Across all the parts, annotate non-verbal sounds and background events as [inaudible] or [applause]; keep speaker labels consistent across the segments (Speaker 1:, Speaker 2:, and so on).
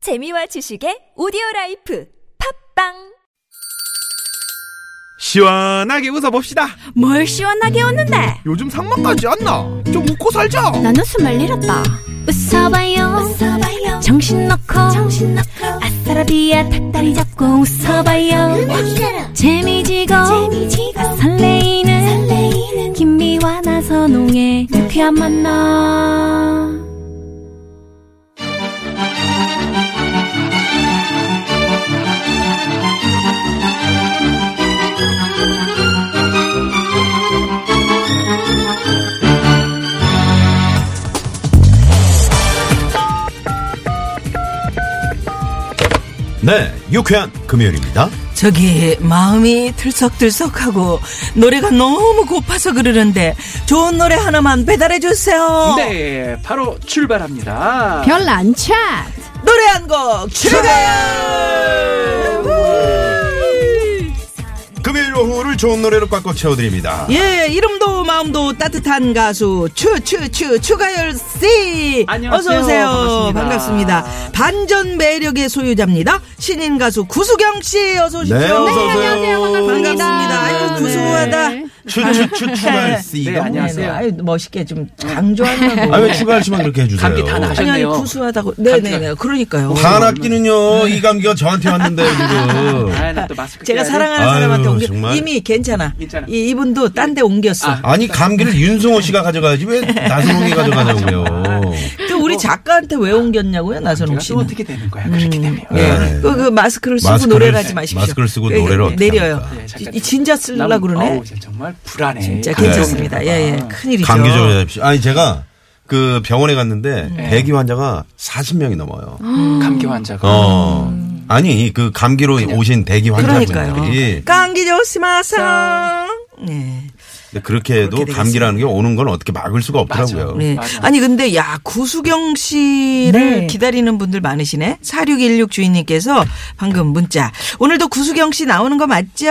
Speaker 1: 재미와 지식의 오디오 라이프 팝빵
Speaker 2: 시원하게 웃어봅시다.
Speaker 3: 뭘 시원하게 웃는데
Speaker 2: 요즘 상만까지 안 나. 좀 웃고 살자.
Speaker 3: 난 웃음을 잃었다 웃어봐요, 정신 놓고 아싸라비아 닭다리 잡고 웃어봐요 재미지고, 설레이는, 김미와 나선홍의 유쾌한 만남
Speaker 4: 네, 유쾌한 금요일입니다.
Speaker 5: 저기 마음이 들썩들썩하고 노래가 너무 고파서 그러는데 좋은 노래 하나만 배달해 주세요.
Speaker 6: 네, 바로 출발합니다.
Speaker 7: 별난 차.
Speaker 5: 노래 한 곡 출발.
Speaker 4: 금요일 오후를 좋은 노래로 꽉꽉 채워드립니다.
Speaker 5: 예, 이름도 마음도 따뜻한 가수 추추추 추가열 씨.
Speaker 6: 안녕하세요.
Speaker 5: 어서 오세요.
Speaker 6: 반갑습니다.
Speaker 5: 반갑습니다. 반전 매력의 소유자입니다. 신인 가수 구수경 씨 어서 오십시오.
Speaker 4: 네, 어서 오세요.
Speaker 5: 반갑습니다. 아이고 구수하다.
Speaker 7: 네.
Speaker 4: 추추추 추가할 씨.
Speaker 6: 네, 안녕하세요.
Speaker 5: 아유 멋있게 좀 강조하려고.
Speaker 4: 아, 왜 추가할 씨만 그렇게 해주세요? 뭐
Speaker 6: 감기 다 나셨-
Speaker 5: 아니 아니
Speaker 6: 하셨네요.
Speaker 5: 구수하다고. 네네네. 그러니까요.
Speaker 4: 다 낫기는요,
Speaker 5: 네.
Speaker 4: 이 감기가 저한테 왔는데, 지금.
Speaker 6: 아, 나또 마스크.
Speaker 5: 제가
Speaker 6: 껴야 돼.
Speaker 5: 사랑하는
Speaker 4: 아유,
Speaker 5: 사람한테 옮겨
Speaker 4: 정말.
Speaker 5: 이미 괜찮아.
Speaker 6: 괜찮아.
Speaker 5: 이, 이분도 딴 데 옮겼어.
Speaker 6: 아.
Speaker 4: 아니, 감기를 윤승호 씨가 가져가야지, 왜 나선홍이 가져가냐고요.
Speaker 5: 또 우리 작가한테 왜 옮겼냐고요, 나선홍
Speaker 6: 제가 또
Speaker 5: 씨는.
Speaker 6: 어떻게 되는 거야? 그렇게 되면.
Speaker 5: 예.
Speaker 4: 네.
Speaker 5: 그, 그 마스크를 쓰고
Speaker 4: 마스크를
Speaker 5: 노래를 하지
Speaker 4: 쓰-
Speaker 5: 마십시오.
Speaker 4: 마스크를 쓰고
Speaker 5: 네,
Speaker 4: 노래를 어떻게
Speaker 5: 내려요.
Speaker 4: 합니까?
Speaker 6: 네, 잠깐.
Speaker 5: 이- 이 진짜 쓰려고
Speaker 6: 남-
Speaker 5: 그러네.
Speaker 6: 어우, 아. 진짜 정말 불안해. 그
Speaker 5: 진짜
Speaker 6: 감정이.
Speaker 5: 괜찮습니다. 예, 예. 큰일이죠.
Speaker 4: 감기 좀 잡십시오. 아니, 제가 그 병원에 갔는데,
Speaker 5: 네.
Speaker 4: 대기 환자가 40명이 넘어요.
Speaker 6: 아, 감기 환자가.
Speaker 4: 어. 아니, 그 감기로 오신 대기 환자분들이.
Speaker 5: 그러니까요. 감기 조심하세요. 네.
Speaker 4: 근데 그렇게 해도
Speaker 5: 그렇게
Speaker 4: 감기라는 게 오는 건 어떻게 막을 수가 없더라고요.
Speaker 5: 네.
Speaker 6: 맞아요.
Speaker 5: 아니 근데 야 구수경 씨를
Speaker 7: 네.
Speaker 5: 기다리는 분들 많으시네. 4616 주인님께서 방금 문자. 오늘도 구수경 씨 나오는 거 맞죠?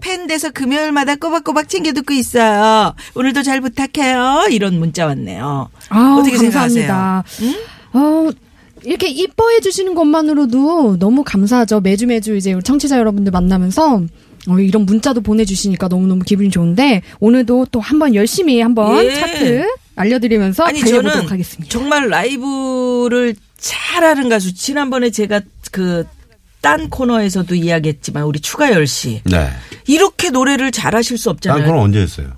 Speaker 5: 팬 돼서 금요일마다 꼬박꼬박 챙겨 듣고 있어요. 오늘도 잘 부탁해요. 이런 문자 왔네요.
Speaker 7: 아우,
Speaker 5: 어떻게
Speaker 7: 감사합니다. 어, 이렇게 이뻐해 주시는 것만으로도 너무 감사하죠. 매주 매주 이제 우리 청취자 여러분들 만나면서 어, 이런 문자도 보내주시니까 너무너무 기분이 좋은데 오늘도 또 한번 열심히 한번
Speaker 5: 예.
Speaker 7: 차트 알려드리면서
Speaker 5: 아니
Speaker 7: 달려보도록
Speaker 5: 저는
Speaker 7: 하겠습니다.
Speaker 5: 정말 라이브를 잘하는 가수. 지난번에 제가 그 딴 코너에서도 이야기했지만 우리 추가열 씨
Speaker 4: 네.
Speaker 5: 이렇게 노래를 잘하실 수
Speaker 4: 딴
Speaker 5: 없잖아요.
Speaker 4: 거는 언제 했어요?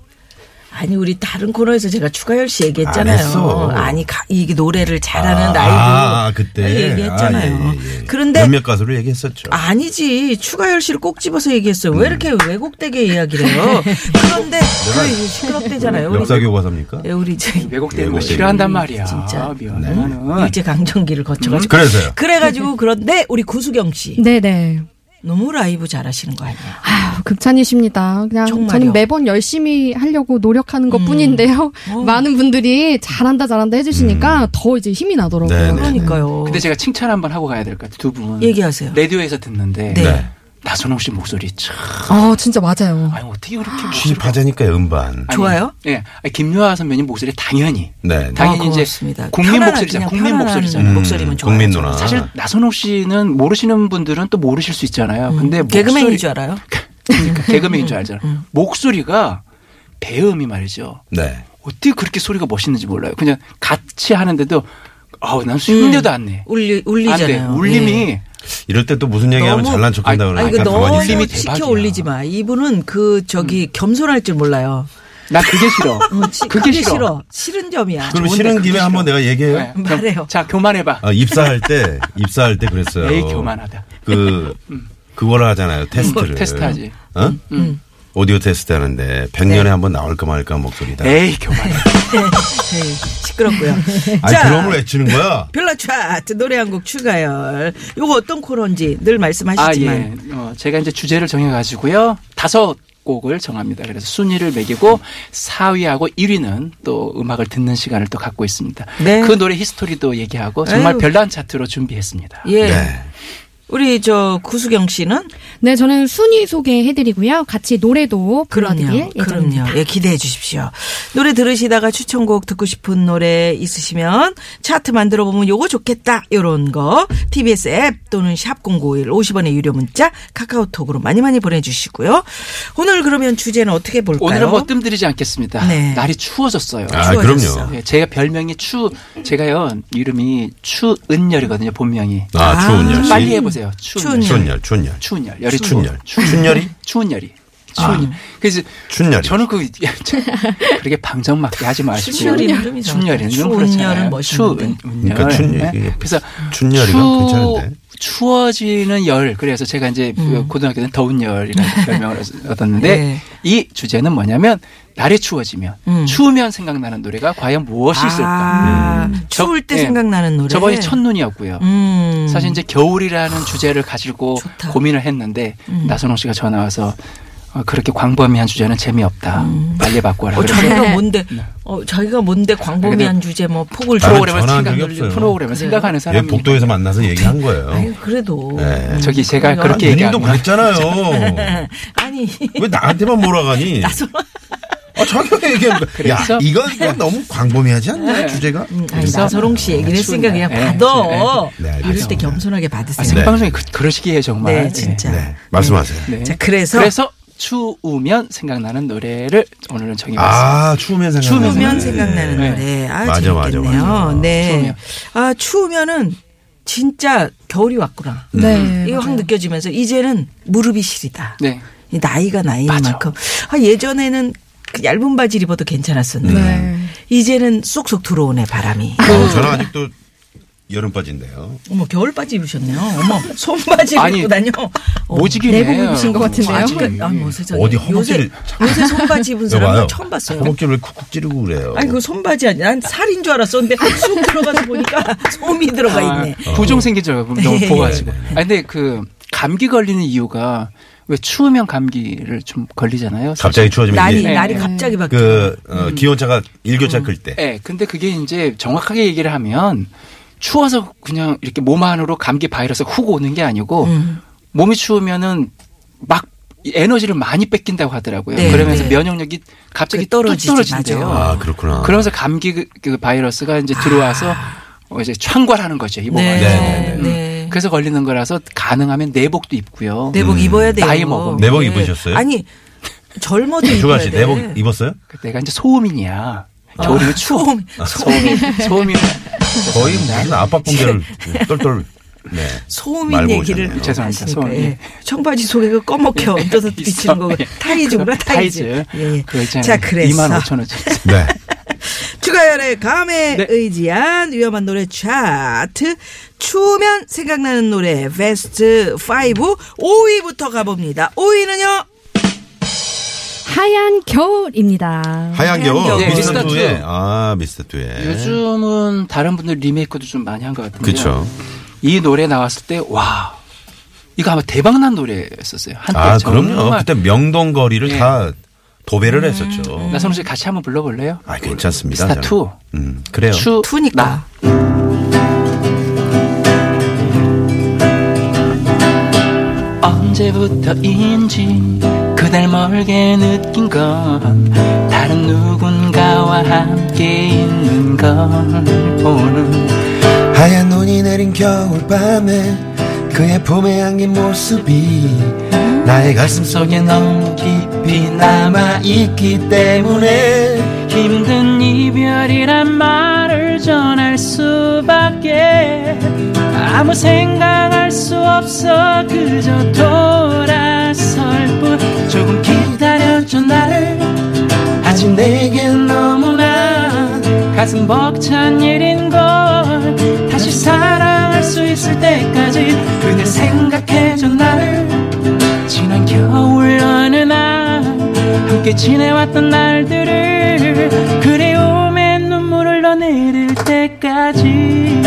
Speaker 5: 아니 우리 다른 코너에서 제가 추가열 씨 얘기했잖아요.
Speaker 4: 안 했어.
Speaker 5: 아니 가- 이게 노래를 잘하는
Speaker 4: 아,
Speaker 5: 라이브
Speaker 4: 아, 그때.
Speaker 5: 얘기했잖아요.
Speaker 4: 아, 예, 예, 예.
Speaker 5: 그런데
Speaker 4: 몇몇 가수를 얘기했었죠.
Speaker 5: 아니지 추가열 씨를 꼭 집어서 얘기했어요.
Speaker 4: 음.
Speaker 5: 왜 이렇게 왜곡되게 이야기를 해요?
Speaker 4: [laughs]
Speaker 5: 그런데 그 시끄럽대잖아요. 우리
Speaker 4: 역사 교과서입니까?
Speaker 5: 예, 우리 저기
Speaker 6: 왜곡되는 거
Speaker 4: 왜곡되는
Speaker 6: 싫어한단 말이야.
Speaker 5: 진짜. 네.
Speaker 4: 음.
Speaker 6: 미안하는.
Speaker 5: 일제 강점기를 거쳐가지고
Speaker 4: 그래서요.
Speaker 5: 그래가지고 그런데 우리 구수경 씨
Speaker 7: 네네.
Speaker 5: 너무 라이브 잘하시는 거
Speaker 4: 네,
Speaker 5: 아니야?
Speaker 7: 아유, 극찬이십니다. 그냥
Speaker 5: 정말요. 음.
Speaker 7: 저는 매번 열심히 하려고 노력하는 것 뿐인데요.
Speaker 5: 어.
Speaker 7: 많은 분들이 잘한다, 잘한다 해주시니까
Speaker 5: 음.
Speaker 7: 더 이제 힘이 나더라고요.
Speaker 4: 네네.
Speaker 5: 그러니까요.
Speaker 6: 근데 제가 칭찬 한번 하고 가야 될 것 같아요. 두 분.
Speaker 5: 뭐 얘기하세요.
Speaker 6: 라디오에서 듣는데.
Speaker 5: 네.
Speaker 4: 네.
Speaker 6: 나선홍 씨 목소리 참.
Speaker 7: 아, 진짜 맞아요.
Speaker 6: 아니, 어떻게 그렇게. 목소리가-
Speaker 4: 취입하자니까 음반.
Speaker 6: 아니,
Speaker 5: 좋아요?
Speaker 6: 예. 아니, 김유아 선배님 목소리 당연히.
Speaker 4: 네. 네.
Speaker 6: 당연히 이제
Speaker 5: 그렇습니다.
Speaker 6: 국민
Speaker 5: 아, 편안한, 그냥
Speaker 6: 목소리잖아요. 국민
Speaker 5: 편안한
Speaker 6: 목소리잖아요.
Speaker 5: 목소리면
Speaker 4: 음,
Speaker 5: 좋아요.
Speaker 4: 국민 누나.
Speaker 6: 사실 나선홍 씨는 모르시는 분들은 또 모르실 수 있잖아요. 근데 목소리,
Speaker 5: 음. 개그맨인 줄 알아요?
Speaker 6: 그러니까 개그맨인 줄 알잖아.
Speaker 5: 음,
Speaker 6: 요 목소리가 배음이 말이죠.
Speaker 4: 네.
Speaker 6: 어떻게 그렇게 소리가 멋있는지 몰라요. 그냥 같이 하는데도 아우 난 힘내도 안 내.
Speaker 5: 음. 울리
Speaker 6: 안 돼.
Speaker 5: 울리잖아요.
Speaker 6: 울림이
Speaker 5: 예.
Speaker 4: 이럴 때 또 무슨 얘기하면
Speaker 5: 너무-
Speaker 4: 잘난 척한다
Speaker 6: 아니,
Speaker 5: 아니
Speaker 4: 그러니까
Speaker 5: 그
Speaker 4: 가만히
Speaker 5: 너무
Speaker 4: 있어요.
Speaker 6: 울림이
Speaker 5: 시켜
Speaker 6: 대박이야.
Speaker 5: 올리지 마. 이분은 그 저기 겸손할 줄 몰라요.
Speaker 6: 난 그게 싫어.
Speaker 5: 시-
Speaker 6: 아, 그게 싫어.
Speaker 5: 싫은 점이야.
Speaker 4: 그럼
Speaker 6: 좋은데
Speaker 4: 싫은
Speaker 6: 그게
Speaker 4: 김에
Speaker 6: 싫어.
Speaker 4: 한번 내가 얘기해요.
Speaker 6: 네. 그럼
Speaker 5: [laughs] 말해요.
Speaker 6: 자 교만해봐.
Speaker 4: 아, 네. 입사할 때 입사할 때 그랬어요.
Speaker 6: 에이 교만하다.
Speaker 4: 그 그걸 하잖아요. 테스트를.
Speaker 6: 뭐 테스트하지. 음,
Speaker 4: 어? 오디오 테스트 하는데 100년에
Speaker 6: 네.
Speaker 4: 한번 나올까 말까 목소리다.
Speaker 6: 에이 교만해.
Speaker 5: 에이, 시끄럽고요.
Speaker 4: 아니 드럼을 외치는 거야.
Speaker 5: 별나 차트 노래 한 곡 추가열. 요거 어떤 코너인지 늘 [laughs]
Speaker 6: 아
Speaker 5: 말씀하시지만
Speaker 6: 예. 어, 제가 이제 주제를 정해가지고요. 다섯 곡을 정합니다. 그래서 순위를 매기고 4위하고 1위는 또 음악을 듣는 시간을 또 갖고 있습니다.
Speaker 5: 네.
Speaker 6: 그 노래 히스토리도 얘기하고 정말
Speaker 5: 아유.
Speaker 6: 별난 차트로 준비했습니다.
Speaker 5: 예.
Speaker 4: 네.
Speaker 5: 우리 저 구수경 씨는
Speaker 7: 네, 저는 순위 소개해드리고요. 같이 노래도 불러드릴 예정입니다.
Speaker 5: 그럼요. 예, 기대해 주십시오. 노래 들으시다가 추천곡 듣고 싶은 노래 있으시면 차트 만들어 보면 요거 좋겠다. 요런 거 TBS 앱 또는 샵 0951 50원의 유료 문자 카카오톡으로 많이 많이 보내 주시고요. 오늘 그러면 주제는 어떻게 볼까요?
Speaker 6: 오늘은 뭐 뜸들이지 않겠습니다.
Speaker 5: 네.
Speaker 6: 날이 추워졌어요.
Speaker 4: 아,
Speaker 5: 추워졌어.
Speaker 4: 그럼요.
Speaker 6: 예, 제가 별명이 추 제가요 이름이 추은열이거든요 본명이.
Speaker 4: 아, 추운 열. 씨.
Speaker 6: 빨리 해보세요. 추운열.
Speaker 5: 추운열.
Speaker 4: 추운 열, 추운 열.
Speaker 6: 추운 열. 열이
Speaker 4: 추운
Speaker 6: 추운
Speaker 4: 열. 추운 열이?
Speaker 6: 추운 열이.
Speaker 5: 아.
Speaker 6: 추운 열. 그래서
Speaker 4: 추운 열이.
Speaker 6: 저는 그 [laughs] 그렇게 방정맞게 하지 마시고
Speaker 5: 추운 열이
Speaker 6: 춘열이는
Speaker 5: 추운 열은 멋있는데.
Speaker 4: 그러니까 춘 열이 이게
Speaker 6: 네. 그래서
Speaker 4: 춘열이가 괜찮은데.
Speaker 6: 추워지는 열 그래서 제가 이제 그 고등학교 때는 더운
Speaker 5: [laughs]
Speaker 6: 열이라는 별명을 얻었는데
Speaker 5: 음. 네.
Speaker 6: 이 주제는 뭐냐면 날이 추워지면
Speaker 5: 음.
Speaker 6: 추우면 생각나는 노래가 과연 무엇이 있을까?
Speaker 5: 아, 추울 때
Speaker 6: 저- 예.
Speaker 5: 생각나는 노래.
Speaker 6: 저번이 첫눈이었고요.
Speaker 5: 음. 아,
Speaker 6: 사실 이제 겨울이라는 주제를 가지고
Speaker 5: 좋다. 음.
Speaker 6: 고민을 했는데 나선홍 씨가 전화 와서 어, 그렇게 광범위한 주제는 재미없다. 빨리 바꿔라.
Speaker 5: 어,
Speaker 6: 그래서
Speaker 7: 네.
Speaker 5: 자기가 뭔데?
Speaker 6: 네.
Speaker 5: 어, 자기가 뭔데 광범위한 주제 뭐
Speaker 4: 나는
Speaker 5: 폭을 주고
Speaker 6: 프로그램을
Speaker 4: 전화한 적이
Speaker 6: 생각을
Speaker 4: 없어요.
Speaker 6: 프로그램을
Speaker 5: 네.
Speaker 6: 생각하는
Speaker 4: 얘
Speaker 6: 사람이
Speaker 4: 복도에서 만나서 얘기한 거예요.
Speaker 5: 아니, 그래도
Speaker 4: 네.
Speaker 6: 저기 제가
Speaker 5: 그래요?
Speaker 6: 그렇게 네. 얘기한
Speaker 4: 누님도
Speaker 6: 거예요. [laughs]
Speaker 4: 그랬잖아요.
Speaker 5: 아니 [laughs]
Speaker 4: 왜 나한테만 몰아가니? 아, 자기가 얘기한 거. 야,
Speaker 6: 그래서?
Speaker 4: 이건 이건 너무 광범위하지 않나요?
Speaker 6: 네.
Speaker 4: 주제가?
Speaker 5: 음, 아니,
Speaker 6: 그래서-
Speaker 5: 나서롱 씨 얘기를 했으니까
Speaker 6: 추운데.
Speaker 5: 그냥
Speaker 6: 예,
Speaker 5: 받아.
Speaker 4: 네, 알겠습니다.
Speaker 5: 이럴 때 겸손하게
Speaker 6: 아,
Speaker 5: 받으세요.
Speaker 6: 생방송이 그, 그러시기에 정말
Speaker 5: 네,
Speaker 6: 예.
Speaker 5: 진짜.
Speaker 4: 네, 말씀하세요.
Speaker 6: 네.
Speaker 5: 자, 그래서,
Speaker 6: 그래서 추우면 생각나는 노래를 오늘은 정해봤습니다.
Speaker 4: 아, 추우면 생각나는
Speaker 5: 추우면
Speaker 4: 노래.
Speaker 5: 생각나는
Speaker 6: 네.
Speaker 5: 노래. 아,
Speaker 4: 맞아, 맞아,
Speaker 5: 재밌겠네요.
Speaker 4: 맞아.
Speaker 5: 네.
Speaker 6: 추우면.
Speaker 5: 아, 추우면은 진짜 겨울이 왔구나.
Speaker 7: 네.
Speaker 5: 음. 이거 확
Speaker 7: 맞아요.
Speaker 5: 느껴지면서 이제는 무릎이 시리다.
Speaker 6: 네.
Speaker 5: 이 나이가 나이인
Speaker 6: 맞아.
Speaker 5: 만큼 아, 예전에는 그 얇은 바지를 입어도 괜찮았었는데
Speaker 7: 네.
Speaker 5: 이제는 쏙쏙 들어오네 바람이.
Speaker 4: 어, 저는 아직도 여름 바지인데요.
Speaker 5: 어머 겨울 바지 입으셨네요. 어머 손 바지
Speaker 6: 아니,
Speaker 5: 입고 다녀. 어머.
Speaker 6: 모직이네.
Speaker 7: 내복 입으신 것 같은데요?
Speaker 5: 아,
Speaker 6: 아직은-
Speaker 5: 그러니까, 아, 뭐 세상에.
Speaker 4: 예. 어디 허벅지를
Speaker 5: 요새, 요새 손바지 입은 그 사람
Speaker 4: 봐봐요.
Speaker 5: 은 처음 봤어요.
Speaker 4: 허벅지를 왜 쿡쿡 찌르고 그래요?
Speaker 5: 아니 그 손바지 아니 난 살인 줄 알았어. 근데 쑥 들어가서 보니까 [laughs] 솜이 들어가 있네. 네.
Speaker 6: 아, 부종 생긴 줄 알고 너무 보가지고. 아 근데 그 감기 걸리는 이유가 왜 추우면 감기를 좀 걸리잖아요.
Speaker 4: 갑자기 추워지면
Speaker 5: 날이
Speaker 6: 네.
Speaker 4: 이게
Speaker 5: 날이
Speaker 6: 음.
Speaker 5: 갑자기 바뀌어.
Speaker 4: 그 어, 기온차가 일교차 클 때.
Speaker 6: 예, 근데 그게 이제 정확하게 얘기를 하면 추워서 그냥 이렇게 몸 안으로 감기 바이러스 훅 오는 게 아니고
Speaker 5: 음.
Speaker 6: 몸이 추우면은 막 에너지를 많이 뺏긴다고 하더라고요.
Speaker 5: 네,
Speaker 6: 그러면서
Speaker 5: 네.
Speaker 6: 면역력이 갑자기
Speaker 5: 그 떨어지지,
Speaker 6: 뚝 떨어진대요.
Speaker 5: 맞아.
Speaker 4: 아, 그렇구나.
Speaker 6: 그러면서 감기 그- 그 바이러스가 이제 들어와서 어, 이제 창궐하는 거죠. 이 몸 안에서.
Speaker 4: 네, 네,
Speaker 5: 아. 네. 네.
Speaker 6: 그래서 걸리는 거라서 가능하면 내복도 입고요. 음.
Speaker 5: 내복 입어야 돼요. 예.
Speaker 6: 나이 먹으면.
Speaker 4: 음. 내복 입으셨어요?
Speaker 5: 아니 젊어도
Speaker 4: 조가
Speaker 5: 입어야
Speaker 4: 씨
Speaker 5: 돼.
Speaker 4: 내복 입었어요?
Speaker 6: 내가 이제 소음인이야.
Speaker 4: 아.
Speaker 6: 겨울이면 추워.
Speaker 5: 소음,
Speaker 6: 소음인. 소음인.
Speaker 4: 거의 무슨 아빠 뽕개를 똘똘. 네.
Speaker 5: 소음인
Speaker 4: 말고
Speaker 5: 얘기를
Speaker 4: 오셨네요.
Speaker 6: 죄송합니다. 예,
Speaker 5: 하시니까,
Speaker 6: 소음인.
Speaker 5: 예. 청바지 속에가
Speaker 6: [laughs]
Speaker 5: 꺼먹혀 얹어서 비치는
Speaker 6: 예.
Speaker 5: 거고 [laughs] 타이즈구나 타이즈. 예, 예.
Speaker 6: 그거 있잖아요.
Speaker 5: 자 그래서
Speaker 6: 2만 5천 원짜리.
Speaker 4: 네.
Speaker 5: 추가열의 감에
Speaker 6: 네.
Speaker 5: 의지한 위험한 노래 차트 추우면 생각나는 노래 베스트 5 5위부터 가봅니다. 5위는요.
Speaker 7: 하얀 겨울입니다.
Speaker 4: 하얀 겨울
Speaker 5: 겨울.
Speaker 6: 예,
Speaker 4: 미스터
Speaker 6: 미스터
Speaker 4: 투에
Speaker 6: 투.
Speaker 4: 아 미스터 투에
Speaker 6: 요즘은 다른 분들 리메이크도 좀 많이 한 것 같은데.
Speaker 4: 그쵸.
Speaker 6: 이 노래 나왔을 때 와. 이거 아마 대박난 노래였었어요. 한때
Speaker 4: 아
Speaker 6: 정말.
Speaker 4: 그럼요 그때 명동 거리를
Speaker 6: 예.
Speaker 4: 다 도배를 했었죠
Speaker 6: 나선우 씨 같이 한번 불러볼래요?
Speaker 4: 아 괜찮습니다
Speaker 6: 미스터
Speaker 4: 저는.
Speaker 6: 투.
Speaker 4: 음 그래요
Speaker 6: 추
Speaker 5: 투니까.
Speaker 6: 나. 언제부터인지 그댈 멀게 느낀 건 다른 누군가와 함께 있는 걸 보는
Speaker 8: 하얀 눈이 내린 겨울밤에 그의 품에 안긴 모습이 나의 가슴
Speaker 6: 속에 너무 깊이 남아
Speaker 8: 남아있기 때문에
Speaker 6: 힘든 이별이란 말을 전할 수밖에 아무 생각할 수 없어 그저 돌아설 뿐 조금 기다려줘 나를 아직 내겐 너무나 가슴 벅찬 일인걸 다시 사랑할 수 있을 때까지 그대 생각해줘 나를 지난 겨울 어느 날 함께 지내왔던 날들을 그리움의 눈물을 더 내릴 때까지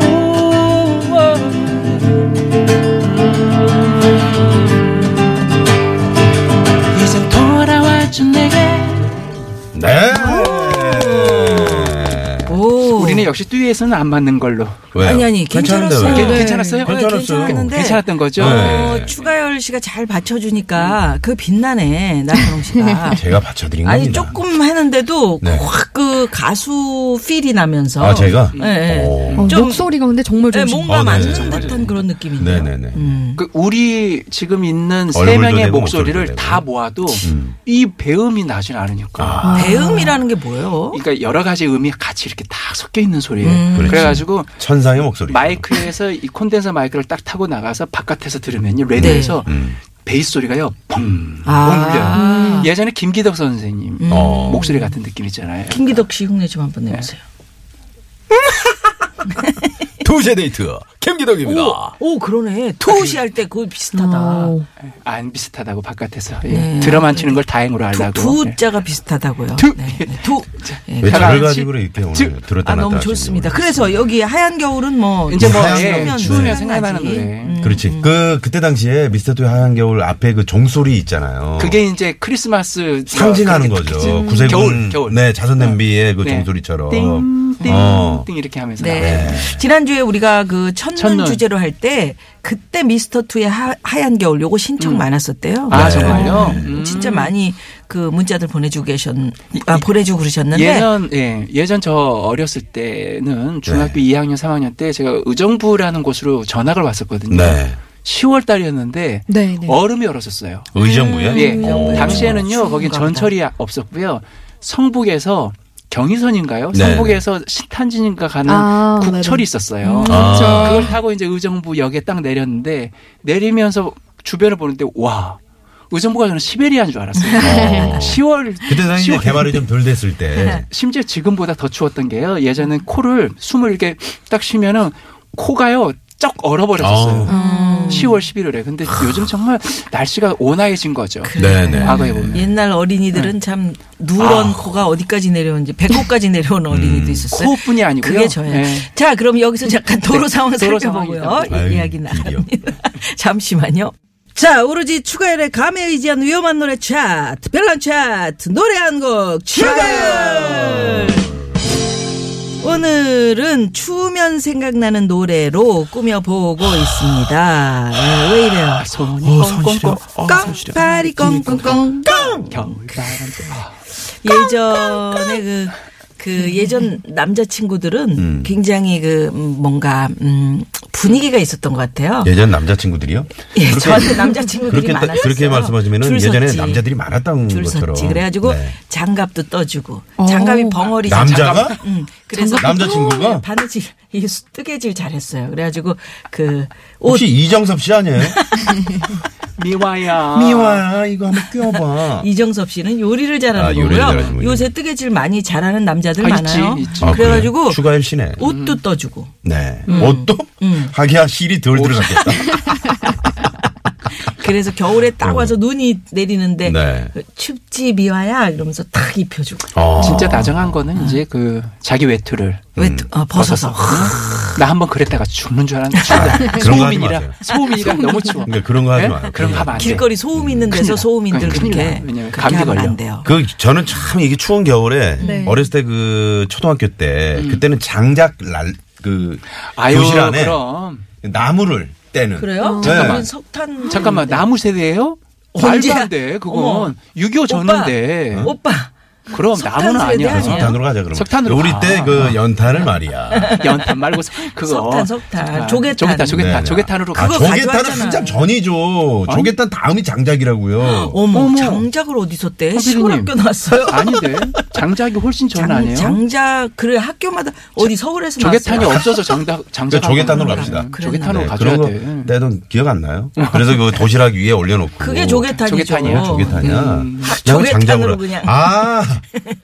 Speaker 6: 오, 오. 음. 이젠 돌아와줘 내게
Speaker 4: 네
Speaker 5: 오.
Speaker 6: 우리는 역시 듀엣은 안 맞는 걸로
Speaker 4: 왜요?
Speaker 5: 아니 아니
Speaker 4: 괜찮은데
Speaker 5: 괜찮았어요. 네.
Speaker 4: 왜?
Speaker 6: 괜- 괜찮았어요?
Speaker 4: 괜찮았어요.
Speaker 5: 아, 괜찮았는데
Speaker 6: 괜찮았던 거죠?
Speaker 5: 어,
Speaker 4: 네.
Speaker 5: 추가열 씨가 잘 받쳐주니까 그 빛나네 나선홍
Speaker 4: [laughs]
Speaker 5: 씨가.
Speaker 4: 제가 받쳐드린 겁니다.
Speaker 5: 아니 조금 하는데도
Speaker 4: 네.
Speaker 5: 확 그 가수 필이 나면서.
Speaker 4: 아 제가.
Speaker 5: 예, 예.
Speaker 4: 오.
Speaker 7: 어,
Speaker 5: 좀-
Speaker 7: 목소리가 근데 정말
Speaker 5: 예,
Speaker 7: 좋으신
Speaker 5: 뭔가
Speaker 4: 어, 네.
Speaker 5: 맞는
Speaker 4: 정말
Speaker 5: 듯한 그런 느낌인데.
Speaker 4: 네네네.
Speaker 5: 음.
Speaker 6: 그 우리 지금 있는 세
Speaker 4: 얼굴도
Speaker 6: 명의
Speaker 4: 되고
Speaker 6: 목소리를
Speaker 4: 목소리도
Speaker 6: 다
Speaker 4: 되고.
Speaker 6: 모아도
Speaker 4: 음.
Speaker 6: 이 배음이 나진 않으니까.
Speaker 4: 아.
Speaker 5: 배음이라는 게 뭐예요?
Speaker 6: 그러니까 여러 가지 음이 같이 이렇게 다 섞여 있는 소리예요.
Speaker 5: 음.
Speaker 4: 그렇지.
Speaker 6: 그래가지고
Speaker 4: 천상의 목소리.
Speaker 6: 마이크에서 이 콘덴서 마이크를 딱 타고 나가서 바깥에서 들으면요 레디에서
Speaker 4: 음.
Speaker 6: 베이스 소리가요 펑
Speaker 5: 아. 음.
Speaker 6: 울려. 예전에 김기덕 선생님
Speaker 4: 어.
Speaker 6: 목소리 같은 느낌 있잖아요.
Speaker 5: 김기덕 씨 흉내 좀 한번 내보세요.
Speaker 4: 두제 데이트 김기덕입니다.
Speaker 5: 오, 오 그러네. 투시 할 때 그거 비슷하다.
Speaker 7: 어,
Speaker 6: 그러니까 안 비슷하다고 바깥에서 예.
Speaker 5: 네.
Speaker 6: 드럼 안 치는 걸 다행으로 알라고.
Speaker 5: 두,
Speaker 6: 예.
Speaker 5: 두 자가 비슷하다고요.
Speaker 6: 두.
Speaker 5: 네, 네, 두. 예,
Speaker 4: 왜
Speaker 5: 가라.
Speaker 4: 저를 가지고 이렇게 오늘
Speaker 6: 즉,
Speaker 4: 들었다
Speaker 5: 아
Speaker 4: 놨다
Speaker 5: 너무
Speaker 4: 하시는지
Speaker 5: 좋습니다.
Speaker 4: 모르겠어요.
Speaker 5: 그래서 여기 하얀 겨울은 뭐
Speaker 6: 이제 뭐
Speaker 4: 하얀
Speaker 6: 예,
Speaker 4: 겨울.
Speaker 6: 추우면
Speaker 4: 네.
Speaker 6: 생각나는
Speaker 5: 음.
Speaker 6: 노래.
Speaker 4: 그렇지. 그 그때 당시에 미스터 투의 하얀 겨울 앞에 그 종소리 있잖아요.
Speaker 6: 그게 이제 크리스마스
Speaker 4: 상징하는
Speaker 6: 그렇게
Speaker 4: 거죠. 구세군
Speaker 6: 겨울, 겨울.
Speaker 4: 네 자선 냄비의 그
Speaker 6: 네.
Speaker 4: 종소리처럼.
Speaker 5: 띵,
Speaker 4: 어.
Speaker 6: 띵 이렇게 하면서
Speaker 5: 네.
Speaker 6: 나와요.
Speaker 5: 지난주에 우리가 그 첫눈,
Speaker 6: 첫눈.
Speaker 5: 주제로 할 때 그때 미스터 투의 하, 얀 겨울 요거 신청 많았었대요.
Speaker 6: 아 정말요?
Speaker 5: 음.
Speaker 6: 음.
Speaker 5: 진짜 많이 그 문자들 보내주고 계셨, 아, 보내주고 그러셨는데.
Speaker 6: 예전 예 예전 저 어렸을 때는 중학교
Speaker 4: 네.
Speaker 6: 2학년 3학년 때 제가 의정부라는 곳으로 전학을 왔었거든요.
Speaker 4: 네.
Speaker 6: 10월 달이었는데
Speaker 7: 네, 네.
Speaker 6: 얼음이 얼었었어요.
Speaker 4: 의정부에.
Speaker 6: 예
Speaker 4: 네. 오.
Speaker 6: 당시에는요 거긴
Speaker 5: 추운가 보다.
Speaker 6: 전철이 없었고요 성북에서 경의선인가요?
Speaker 4: 네.
Speaker 6: 성북에서 신탄진인가 가는
Speaker 7: 아,
Speaker 6: 국철이
Speaker 7: 네네.
Speaker 6: 있었어요.
Speaker 5: 그렇죠.
Speaker 4: 아.
Speaker 6: 그걸 타고 이제 의정부 역에 딱 내렸는데 내리면서 주변을 보는데 와 의정부가 저는 시베리아인 줄 알았어요. [laughs]
Speaker 4: 어.
Speaker 6: 10월
Speaker 4: 그때 당시 에
Speaker 6: 10월
Speaker 4: 개발이 좀 덜 됐을 때.
Speaker 6: 심지어 지금보다 더 추웠던 게요. 예전엔 코를 숨을 이렇게 딱 쉬면은 코가요 쩍 얼어버렸었어요.
Speaker 4: 아우.
Speaker 5: 음.
Speaker 6: 10월 11월에. 근데 요즘 정말 날씨가 온화해진 거죠.
Speaker 5: 그
Speaker 4: 네네.
Speaker 6: 과거에 보면.
Speaker 5: 옛날 어린이들은 참 누런 코가 어디까지 내려오는지 배꼽까지 내려온 어린이도 있었어요.
Speaker 6: 코뿐이 아니고요.
Speaker 5: 그게 저예요.
Speaker 6: 네.
Speaker 5: 자, 그럼 여기서 잠깐 도로 상황
Speaker 6: 도로
Speaker 5: 살펴보고요.
Speaker 6: 상황이다.
Speaker 4: 아유,
Speaker 5: 이야기
Speaker 4: 드디어.
Speaker 5: 나갑니다. [laughs] 잠시만요. 자, 오로지 추가열의 감에 의지한 위험한 노래 차트, 별난 차트, 노래 한 곡 추가열! 오늘은 추우면 생각나는 노래로 꾸며보고 있습니다. 예, 왜 이래요? 아,
Speaker 6: 손이
Speaker 5: 꽁꽁꽁, 꽁파리 꽁꽁꽁, 꽁!
Speaker 6: 겨울바람 때. 아,
Speaker 5: 예전에 그, 그 예전 남자친구들은
Speaker 4: 음.
Speaker 5: 굉장히 그 음, 뭔가, 음, 분위기가 있었던 것 같아요.
Speaker 4: 예전 남자친구들이요?
Speaker 5: [laughs] 예, 저한테 남자친구들이
Speaker 4: 그렇게, 따-
Speaker 5: 많았어요.
Speaker 4: 그렇게 말씀하시면은
Speaker 5: 줄
Speaker 4: 예전에
Speaker 5: 섰지.
Speaker 4: 남자들이 많았던
Speaker 5: 줄
Speaker 4: 것처럼.
Speaker 5: 섰지. 그래가지고
Speaker 4: 네.
Speaker 5: 장갑도 떠주고 장갑이 벙어리
Speaker 4: 남자가?
Speaker 5: 응. 그래서
Speaker 4: 남자친구가?
Speaker 5: 네, 바느질 이 수- 뜨개질 잘했어요. 그래가지고 그 옷
Speaker 4: 혹시 이정섭 씨 아니에요?
Speaker 6: 미와야.
Speaker 4: 미화야 이거 한번 껴봐.
Speaker 5: 아. 이정섭 씨는 요리를 잘하는
Speaker 4: 아, 요리를 잘하시는
Speaker 5: 거고요.
Speaker 4: 분이네.
Speaker 5: 요새 뜨개질 많이 잘하는 남자들
Speaker 6: 아, 있지,
Speaker 5: 많아요.
Speaker 6: 있지. 음.
Speaker 4: 아, 그래요?
Speaker 5: 그래가지고 음,
Speaker 4: 추가열 씨네.
Speaker 5: 옷도 떠주고
Speaker 4: 네. 옷도 하기야 실이 덜
Speaker 5: [laughs]
Speaker 4: 들어갔겠다.
Speaker 5: 그래서 겨울에 딱 와서 눈이 내리는데
Speaker 4: 음. 네.
Speaker 5: 춥지 미화야 이러면서 탁 입혀주고
Speaker 4: 어.
Speaker 6: 진짜 나정한
Speaker 5: 음.
Speaker 6: 거는 이제 그 자기 외투를
Speaker 4: 네.
Speaker 5: 왜
Speaker 4: 음.
Speaker 5: 또- 어, 벗어서
Speaker 6: 나 한 번 그랬다가 죽는 줄
Speaker 4: [laughs]
Speaker 6: 알았는데 죽다.
Speaker 4: 그런 거 하지 마세요.
Speaker 6: 소음이라 소음이라 너무 추워.
Speaker 4: 그러니까 그런 거 하지
Speaker 6: 예?
Speaker 4: 마요.
Speaker 6: 그런 거 하면 안 돼.
Speaker 5: 길거리 소음 있는 데서 소음인들
Speaker 6: 큰일
Speaker 5: 그렇게
Speaker 6: 나요. 왜냐면
Speaker 5: 그렇게
Speaker 6: 감기
Speaker 5: 하면
Speaker 6: 걸려.
Speaker 5: 안 돼요.
Speaker 4: 그 저는 참 이게 추운 겨울에 어렸을 때 그 초등학교 때
Speaker 5: 음.
Speaker 4: 그때는 장작 날그
Speaker 6: 아유,
Speaker 4: 교실 안에
Speaker 6: 그럼.
Speaker 4: 나무를 떼는
Speaker 5: 그래요?
Speaker 4: 네.
Speaker 5: 잠깐만 석탄
Speaker 6: 어. 잠깐만 나무 세대예요?
Speaker 5: 언제야?
Speaker 6: 말도 안 돼.
Speaker 5: 어머.
Speaker 6: 그건 6.25 전인데.
Speaker 5: 오빠
Speaker 6: 그럼
Speaker 5: 석탄
Speaker 6: 나무는
Speaker 5: 세대
Speaker 6: 아니야.
Speaker 5: 아니에요?
Speaker 4: 어? 석탄으로 가자 그러면.
Speaker 6: 석탄으로
Speaker 4: 우리
Speaker 6: 가.
Speaker 5: 아.
Speaker 4: 때 그 연탄을 말이야.
Speaker 6: 연탄 말고 서- 그거
Speaker 5: 석탄, 석탄. 조개탄.
Speaker 6: 조개탄 조개탄
Speaker 4: 네, 네.
Speaker 6: 조개탄으로
Speaker 4: 아,
Speaker 6: 가.
Speaker 5: 그거
Speaker 4: 조개탄은
Speaker 5: 가져왔잖아.
Speaker 4: 한참 전이죠. 조개탄 다음이 장작이라고요.
Speaker 5: 어머,
Speaker 6: 어머.
Speaker 5: 장작을 어디서 떼?
Speaker 6: 선생님.
Speaker 5: 시골 학교 나왔어요.
Speaker 6: 아닌데 장작이 훨씬 전 아니에요?
Speaker 5: 장, 작 그래 학교마다 어디 서울에서
Speaker 6: 조개탄이
Speaker 5: 나왔어요.
Speaker 6: 없어서 장작 장작
Speaker 4: 네, 조개탄으로 갑시다.
Speaker 6: 조개탄으로
Speaker 4: 네,
Speaker 6: 가져야
Speaker 4: 그런
Speaker 6: 돼. 음.
Speaker 4: 거 떼던 기억 안 나요? 그래서 그 도시락 위에 올려놓고.
Speaker 5: 그게 조개탄이죠.
Speaker 6: 조개탄이에요,
Speaker 4: 조개탄이야.
Speaker 6: 음.
Speaker 4: 그냥
Speaker 5: 조개탄으로
Speaker 4: 장작으로.
Speaker 5: 그냥.
Speaker 4: 아,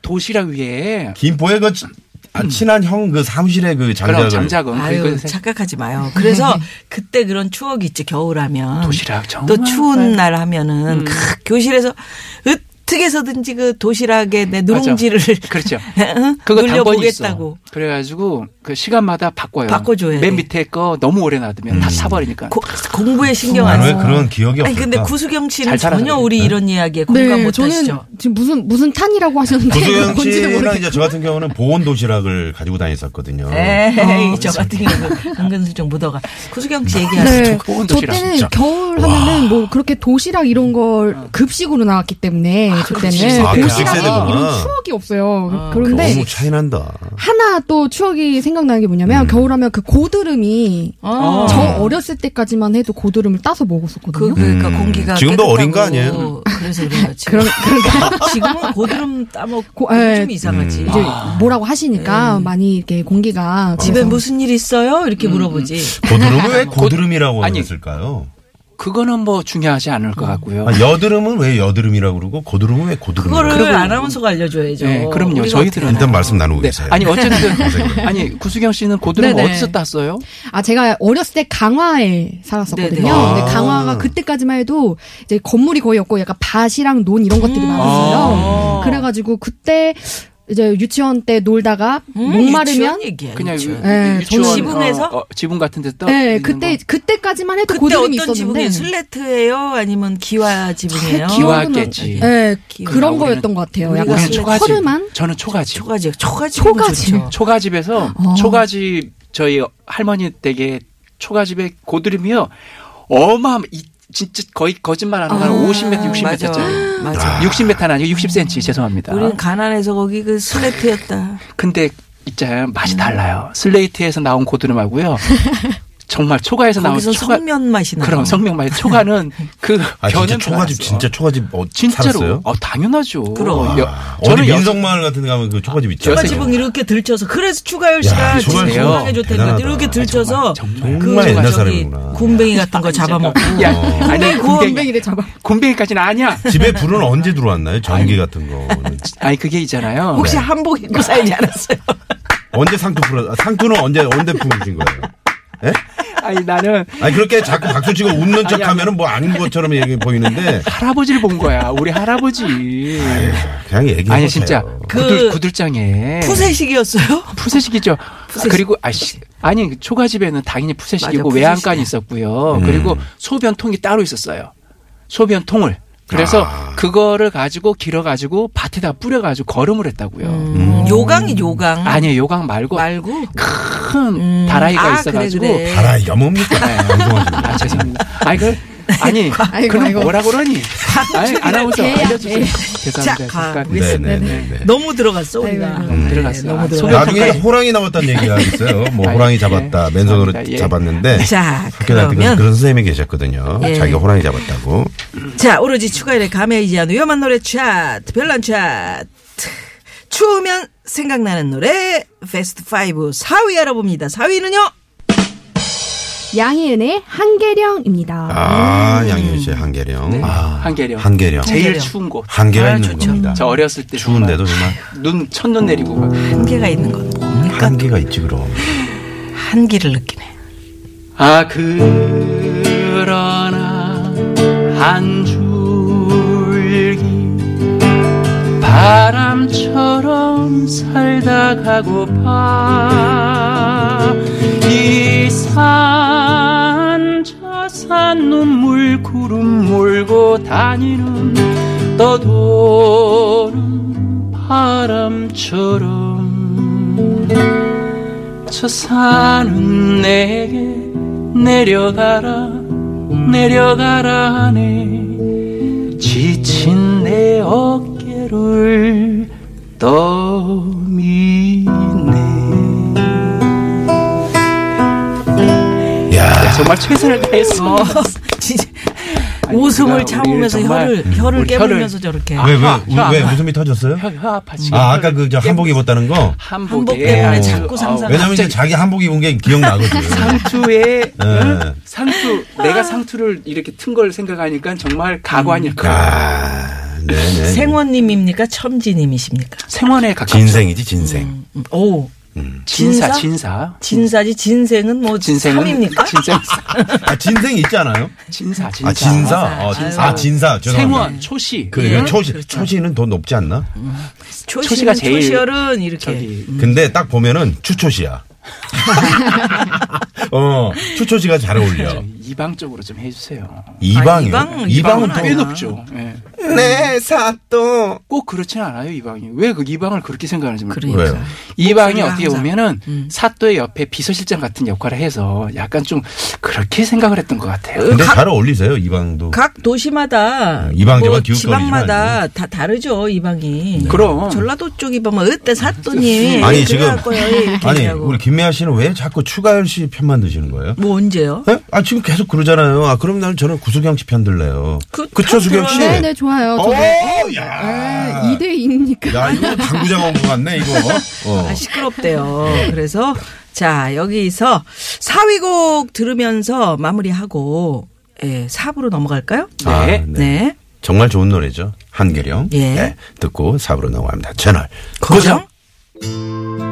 Speaker 6: 도시락 위에
Speaker 4: 김포에 그 치-
Speaker 5: 음.
Speaker 4: 아, 친한 형 그 사무실에 그
Speaker 6: 그럼
Speaker 4: 장작을.
Speaker 6: 장작은
Speaker 5: 아유
Speaker 6: 그거 세-
Speaker 5: 착각하지 마요.
Speaker 6: [laughs]
Speaker 5: 그래서 그때 그런 추억이 있지 겨울하면
Speaker 6: 도시락 정말 음.
Speaker 5: 또 추운 날 하면은 크, 교실에서 으트 어떻게 해서든지 그 도시락에 내 누룽지를
Speaker 6: 그렇죠.
Speaker 5: [laughs] 응?
Speaker 6: 그거 당번이 있어.
Speaker 5: 눌려보겠다고.
Speaker 6: 그래가지고 그 시간마다 바꿔요.
Speaker 5: 바꿔줘야 돼.
Speaker 6: 맨 밑에 거 너무 오래 놔두면
Speaker 4: 음.
Speaker 6: 다 타버리니까.
Speaker 5: 고- 공부에 신경
Speaker 4: 아,
Speaker 5: 안
Speaker 4: 왜
Speaker 5: 써.
Speaker 4: 그런 기억이
Speaker 5: 아니
Speaker 4: 없을까?
Speaker 5: 근데 구수경 씨는
Speaker 6: 잘 살아서
Speaker 5: 전혀
Speaker 6: 그래. 네.
Speaker 5: 우리 이런 이야기에 공감 못
Speaker 7: 네, 저는
Speaker 5: 하시죠.
Speaker 7: 지금 무슨 무슨 탄이라고 하셨는데
Speaker 4: 고소영
Speaker 7: 뭔지도
Speaker 4: 씨랑
Speaker 7: 모르겠어요.
Speaker 4: 이제 저 같은 경우는 보온 도시락을 가지고 다녔었거든요.
Speaker 6: 어.
Speaker 5: 에이, 저 같은 경우는 은근슬쩍 묻어가. 구수경 씨 얘기하세요.
Speaker 7: 네,
Speaker 6: 보온
Speaker 7: 저
Speaker 6: 도시락,
Speaker 7: 때는
Speaker 6: 진짜.
Speaker 7: 겨울 하면은 뭐 그렇게 도시락 이런 걸
Speaker 5: 아.
Speaker 7: 급식으로 나왔기 때문에 저 때는
Speaker 4: 아, 급식
Speaker 7: 도시락에
Speaker 4: 세대구나.
Speaker 7: 이런 추억이 없어요.
Speaker 5: 아,
Speaker 7: 그런데
Speaker 4: 너무 차이난다.
Speaker 7: 하나 또 추억이 생각나는 게 뭐냐면
Speaker 4: 음.
Speaker 7: 겨울하면 그 고드름이
Speaker 5: 아.
Speaker 7: 저 어렸을 때까지만 해도 고드름을 따서
Speaker 5: 그,
Speaker 7: 먹었었거든요.
Speaker 5: 그러니까
Speaker 4: 음.
Speaker 5: 공기가
Speaker 4: 지금도 어린 거
Speaker 5: 깨끗하고
Speaker 4: 아니에요?
Speaker 5: 그래서 그런 거지.
Speaker 7: 그런 그러니까
Speaker 5: [laughs] 지금은 고드름 따먹고
Speaker 7: 고- 예.
Speaker 5: 좀 이상하지.
Speaker 4: 음.
Speaker 5: 아.
Speaker 7: 이제 뭐라고 하시니까 많이 이렇게 공기가
Speaker 5: 음. 집에
Speaker 7: 그래서
Speaker 5: 무슨 일 있어요?
Speaker 7: 음.
Speaker 5: 이렇게 물어보지.
Speaker 4: 고드름을 왜 고드름이라고
Speaker 6: 아니.
Speaker 4: 했을까요?
Speaker 6: 그거는 뭐 중요하지 않을
Speaker 5: 음.
Speaker 6: 것 같고요.
Speaker 4: 아, 여드름은 왜 여드름이라고 그러고 고드름은 왜 고드름이라고
Speaker 5: 그거를
Speaker 4: 그러고
Speaker 5: 아나운서가 알려줘야죠.
Speaker 6: 네, 그럼요.
Speaker 5: 우리가
Speaker 6: 저희들은
Speaker 5: 어떻게
Speaker 4: 일단 말씀 나누고
Speaker 6: 네.
Speaker 4: 뭐 계세요.
Speaker 6: 아니
Speaker 4: [laughs]
Speaker 6: 어쨌든 아니 구수경 씨는 고드름
Speaker 7: 네네.
Speaker 6: 어디서 땄어요?
Speaker 7: 아 제가 어렸을 때 강화에 살았었거든요.
Speaker 5: 네네.
Speaker 4: 아.
Speaker 7: 근데 강화가 그때까지만 해도 이제 건물이 거의 없고 약간 vat이랑 논 이런
Speaker 5: 음.
Speaker 7: 것들이
Speaker 5: 아.
Speaker 7: 많았어요. 그래가지고 그때 이제 유치원 때 놀다가
Speaker 5: 음,
Speaker 7: 목마르면
Speaker 5: 유치원 얘기야,
Speaker 6: 그냥
Speaker 5: 유치원.
Speaker 7: 네,
Speaker 6: 유치원
Speaker 7: 저는-
Speaker 5: 그렇죠. 지붕에서?
Speaker 6: 어, 어, 지붕 같은 데 떠.
Speaker 7: 네,
Speaker 6: 있는
Speaker 7: 그때
Speaker 6: 거.
Speaker 7: 그때까지만 해도
Speaker 5: 그때
Speaker 7: 고드름이
Speaker 5: 어떤 지붕이
Speaker 7: 있었는데
Speaker 5: 슬래트예요? 아니면 기와 지붕이에요?
Speaker 7: 잘 기억은
Speaker 6: 기와겠지.
Speaker 7: 네,
Speaker 5: 기와.
Speaker 7: 그런
Speaker 6: 우리는-
Speaker 7: 거였던 것 같아요.
Speaker 5: 우리가 네.
Speaker 7: 약간
Speaker 6: 우리는
Speaker 5: 슬래치.
Speaker 6: 초가집.
Speaker 7: 허름한
Speaker 6: 저는 초가집.
Speaker 5: 초가집, 초가집.
Speaker 7: 초가집.
Speaker 6: 초가집에서
Speaker 7: 어.
Speaker 6: 초가집 저희 할머니 댁에 초가집에 고드름이요. 어마어마 이- 진짜 거의 거짓말 안 하는 한 50m, 60m
Speaker 5: 아, 맞아.
Speaker 6: 짜리.
Speaker 5: 맞아.
Speaker 6: 60m는 아니고 60cm 죄송합니다.
Speaker 5: 우리는 가난해서 거기 그 슬래트였다.
Speaker 6: 근데 있잖아요 맛이 달라요. 슬레이트에서
Speaker 5: [laughs]
Speaker 6: 나온 고드름하고요. 정말 초가에서 나온
Speaker 5: 거기서
Speaker 6: 초가
Speaker 5: 성면 맛이 나.
Speaker 6: 그럼 성명
Speaker 5: [laughs]
Speaker 6: 말이 초가는 그
Speaker 4: 아, 진짜
Speaker 6: 변은
Speaker 4: 초가집
Speaker 6: 달랐어.
Speaker 4: 진짜 초가집 어,
Speaker 6: 진짜로.
Speaker 4: 살았어요?
Speaker 6: 어 당연하죠.
Speaker 5: 그럼.
Speaker 6: 여-
Speaker 4: 아, 어디
Speaker 6: 저는 여-
Speaker 4: 민성마을 같은 데 가면 그 초가집 있죠.
Speaker 5: 초가 아, 지붕 이렇게 들쳐서 그래서 추가열
Speaker 4: 야,
Speaker 5: 씨가
Speaker 4: 초가열
Speaker 6: 씨가
Speaker 5: 건강에 좋다는 거
Speaker 4: 대단하다.
Speaker 5: 이렇게
Speaker 4: 아,
Speaker 5: 들쳐서
Speaker 6: 정말,
Speaker 5: 그
Speaker 4: 정말 옛날
Speaker 5: 저기
Speaker 4: 사람이구나.
Speaker 5: 곰뱅이 같은 거 잡아먹고 그
Speaker 6: 야,
Speaker 4: 어.
Speaker 5: 곰뱅이
Speaker 6: 아니
Speaker 5: 구워
Speaker 6: 곰뱅이
Speaker 7: 엉덩이를 잡아.
Speaker 6: 곰뱅이까지는 아니야.
Speaker 4: 집에 불은 언제 들어왔나요? 전기 같은 거
Speaker 6: 아니 그게 있잖아요.
Speaker 5: 혹시 한복 입고 살지 않았어요?
Speaker 4: 언제 상투 풀어? 아, 상투는 언제 언제 풀으신 거예요? 예?
Speaker 6: 아니 나는
Speaker 4: 아니 그렇게 자꾸 박수치고 웃는
Speaker 6: 아니.
Speaker 4: 척하면은 뭐 아닌 것처럼 얘기 보이는데
Speaker 6: 할아버지를 본 거야. 우리 할아버지.
Speaker 4: 그냥 얘기.
Speaker 6: 아니 진짜
Speaker 5: 그-
Speaker 6: 구들 구들장에
Speaker 5: 푸세식이었어요?
Speaker 6: 푸세식이죠. 아, 그리고 아씨 아니 초가집에는 당연히 푸세식이고
Speaker 5: 맞아,
Speaker 6: 외양간이 있었고요. 그리고 소변통이 따로 있었어요. 소변통을. 그래서 그거를 가지고 길어 가지고 밭에다 뿌려 가지고 걸음을 했다고요.
Speaker 5: 요강이 요강
Speaker 6: 아니 요강 말고
Speaker 5: 말고
Speaker 6: 큰 다라이가
Speaker 5: 아,
Speaker 6: 있어 가지고
Speaker 5: 그래, 그래.
Speaker 4: 달아 염뭡니까? 방송하시는 분.
Speaker 6: 아 죄송합니다. 아니 그 아니
Speaker 7: 아이고,
Speaker 6: 그럼
Speaker 7: 아이고.
Speaker 6: 뭐라 그러니? 아니 아나운서
Speaker 7: 개야, 예.
Speaker 6: 알려주세요.
Speaker 7: 개.
Speaker 5: 네.
Speaker 6: 죄송합니다.
Speaker 5: 자, 가.
Speaker 6: 잠깐.
Speaker 5: 우리
Speaker 4: 네네네.
Speaker 5: 너무 들어갔어 우리가
Speaker 7: 아이고,
Speaker 6: 음, 들어갔어요.
Speaker 5: 너무
Speaker 6: 아,
Speaker 5: 들어갔어.
Speaker 6: 소변
Speaker 4: 나중에 호랑이 나왔다는 얘기가 있어요. 뭐
Speaker 6: 아이,
Speaker 4: 호랑이
Speaker 6: 예.
Speaker 4: 잡았다, 맨손으로
Speaker 6: 죄송합니다. 예.
Speaker 4: 잡았는데
Speaker 5: 자,
Speaker 4: 학교 다닐 때
Speaker 5: 그러면-
Speaker 4: 그런 선생님이 계셨거든요.
Speaker 5: 예.
Speaker 4: 자기가 호랑이 잡았다고.
Speaker 5: 자, 오로지 추가일에 감회하지 않은 위험한 노래 차트, 별난 차트. 추우면 생각나는 노래, 베스트 5 4위 알아봅니다. 4위는요?
Speaker 7: 양희은의 한계령입니다.
Speaker 4: 아, 양현 씨의 한계령.
Speaker 6: 네.
Speaker 4: 아,
Speaker 6: 한계령.
Speaker 4: 한계령.
Speaker 6: 제일
Speaker 5: 한계령.
Speaker 6: 추운 곳.
Speaker 4: 한계가
Speaker 5: 아,
Speaker 4: 있는
Speaker 5: 좋죠.
Speaker 4: 겁니다.
Speaker 6: 저 어렸을 때
Speaker 4: 추운데도 음. 정말
Speaker 6: 눈 첫눈 내리고 막.
Speaker 5: 한계가 있는 건 뭡니까?
Speaker 4: 한계가 있지 그럼.
Speaker 5: 한계를 느끼네.
Speaker 6: 아 그러나 한 줄기 바람처럼 살다 가고파 이산저산 눈물 구름 몰고 다니는 떠도는 바람처럼 저 산은 내게 내려가라 내려가라 하네 지친 내 어깨를 떠미네
Speaker 4: 야,
Speaker 6: 정말 최선을 다했어
Speaker 5: [laughs] 진짜
Speaker 6: 아니,
Speaker 5: 웃음을
Speaker 6: 우리가
Speaker 5: 참으면서
Speaker 6: 우리 정말
Speaker 4: 음,
Speaker 5: 혀를, 혀를
Speaker 6: 우리
Speaker 5: 깨물면서 저렇게.
Speaker 4: 왜 왜
Speaker 6: 아,
Speaker 4: 왜
Speaker 6: 아, 아.
Speaker 4: 웃음이 터졌어요?
Speaker 6: 혀, 혀 아파 지금 아,
Speaker 4: 아, 아까 그 저 한복 입었다는 거.
Speaker 6: 한복에 어,
Speaker 5: 한복 때문에
Speaker 6: 아주,
Speaker 5: 자꾸
Speaker 6: 아우,
Speaker 5: 상상-
Speaker 4: 왜냐면 이제 자기 한복 입은 게
Speaker 6: [laughs]
Speaker 4: 기억나거든.
Speaker 6: 상투에 응?
Speaker 4: 네.
Speaker 6: 상투 내가
Speaker 5: 아.
Speaker 6: 상투를 이렇게 튼 걸 생각하니까 정말 가고 아닐 까
Speaker 4: 음. 아, 네네.
Speaker 5: 생원님입니까? 첨지님이십니까?
Speaker 6: 생원에 가깝죠 음.
Speaker 4: 진생이지 진생.
Speaker 5: 오,
Speaker 6: 진사,
Speaker 5: 진사?
Speaker 6: 진사.
Speaker 5: 진사지 진생은 뭐
Speaker 6: 진생은
Speaker 5: 삼입니까?
Speaker 6: 진생, [laughs]
Speaker 4: 아, 진생이 있잖아요.
Speaker 6: 진사, 진사.
Speaker 4: 아, 진사. 아,
Speaker 5: 진사.
Speaker 4: 아, 진사. 죄송합니다. 네.
Speaker 6: 생원, 그렇죠. 초시.
Speaker 4: 그래,
Speaker 5: 예?
Speaker 4: 초시, 초시는 더 높지 않나?
Speaker 5: 초시가
Speaker 6: 초시가
Speaker 5: 제일
Speaker 6: 제일
Speaker 5: 초시열은 이렇게
Speaker 6: 예, 저기
Speaker 4: 근데 딱 보면은 추초시야. [laughs] 어, 추초시가 잘 어울려.
Speaker 5: 예.
Speaker 6: 이방 쪽으로 좀 해주세요.
Speaker 4: 이방이요.
Speaker 5: 아, 이방,
Speaker 4: 이방은
Speaker 5: 이방은
Speaker 4: 또
Speaker 5: 아니야.
Speaker 6: 꽤 높죠. 예.
Speaker 2: 내 사또
Speaker 6: 꼭 그렇진 않아요 이방이. 왜 그 이방을 그렇게 생각하는지 모르겠어요.
Speaker 5: 그러니까.
Speaker 4: 왜요?
Speaker 6: 이방이
Speaker 5: 목소리가
Speaker 6: 어떻게
Speaker 5: 항상.
Speaker 6: 보면은
Speaker 5: 음.
Speaker 6: 사또의 옆에 비서실장 같은 역할을 해서 약간 좀 그렇게 생각을 했던 것 같아요.
Speaker 4: 근데 잘 어울리세요, 이방도.
Speaker 5: 각 도시마다
Speaker 4: 음, 이방,
Speaker 5: 뭐
Speaker 4: 저방, 기웃거리지 네.
Speaker 5: 지방마다 다 다르죠 이방이.
Speaker 6: 그럼
Speaker 5: 전라도 쪽이 보면 어때 사또님이
Speaker 4: 아니,
Speaker 5: 아니
Speaker 4: 지금-
Speaker 5: 지금 이렇게
Speaker 4: 아니,
Speaker 5: 얘기하고.
Speaker 4: 우리 김미아 씨는 왜 자꾸 추가열 씨 편만 드시는 거예요?
Speaker 5: 뭐 언제요?
Speaker 4: 예? 아, 지금 계속 그러잖아요. 아, 그럼 나는 저는 구수경 씨 편 들래요.
Speaker 5: 그-
Speaker 4: 그쵸,
Speaker 5: 편
Speaker 4: 수경 씨?
Speaker 7: 네, 네, 좋아요.
Speaker 4: 오,
Speaker 7: 저도
Speaker 4: 야.
Speaker 7: 2대2니까.
Speaker 4: 야, 이거 당구장 온 것 같네, 이거. 어.
Speaker 5: 아, 시끄럽대요. 그래서 자 여기서 사위곡 들으면서 마무리하고 예, 4부로 넘어갈까요?
Speaker 4: 아,
Speaker 6: 네.
Speaker 5: 네.
Speaker 4: 정말 좋은 노래죠. 한계령.
Speaker 5: 예.
Speaker 4: 네, 듣고 4부로 넘어갑니다. 채널
Speaker 5: 고정.
Speaker 4: 고정.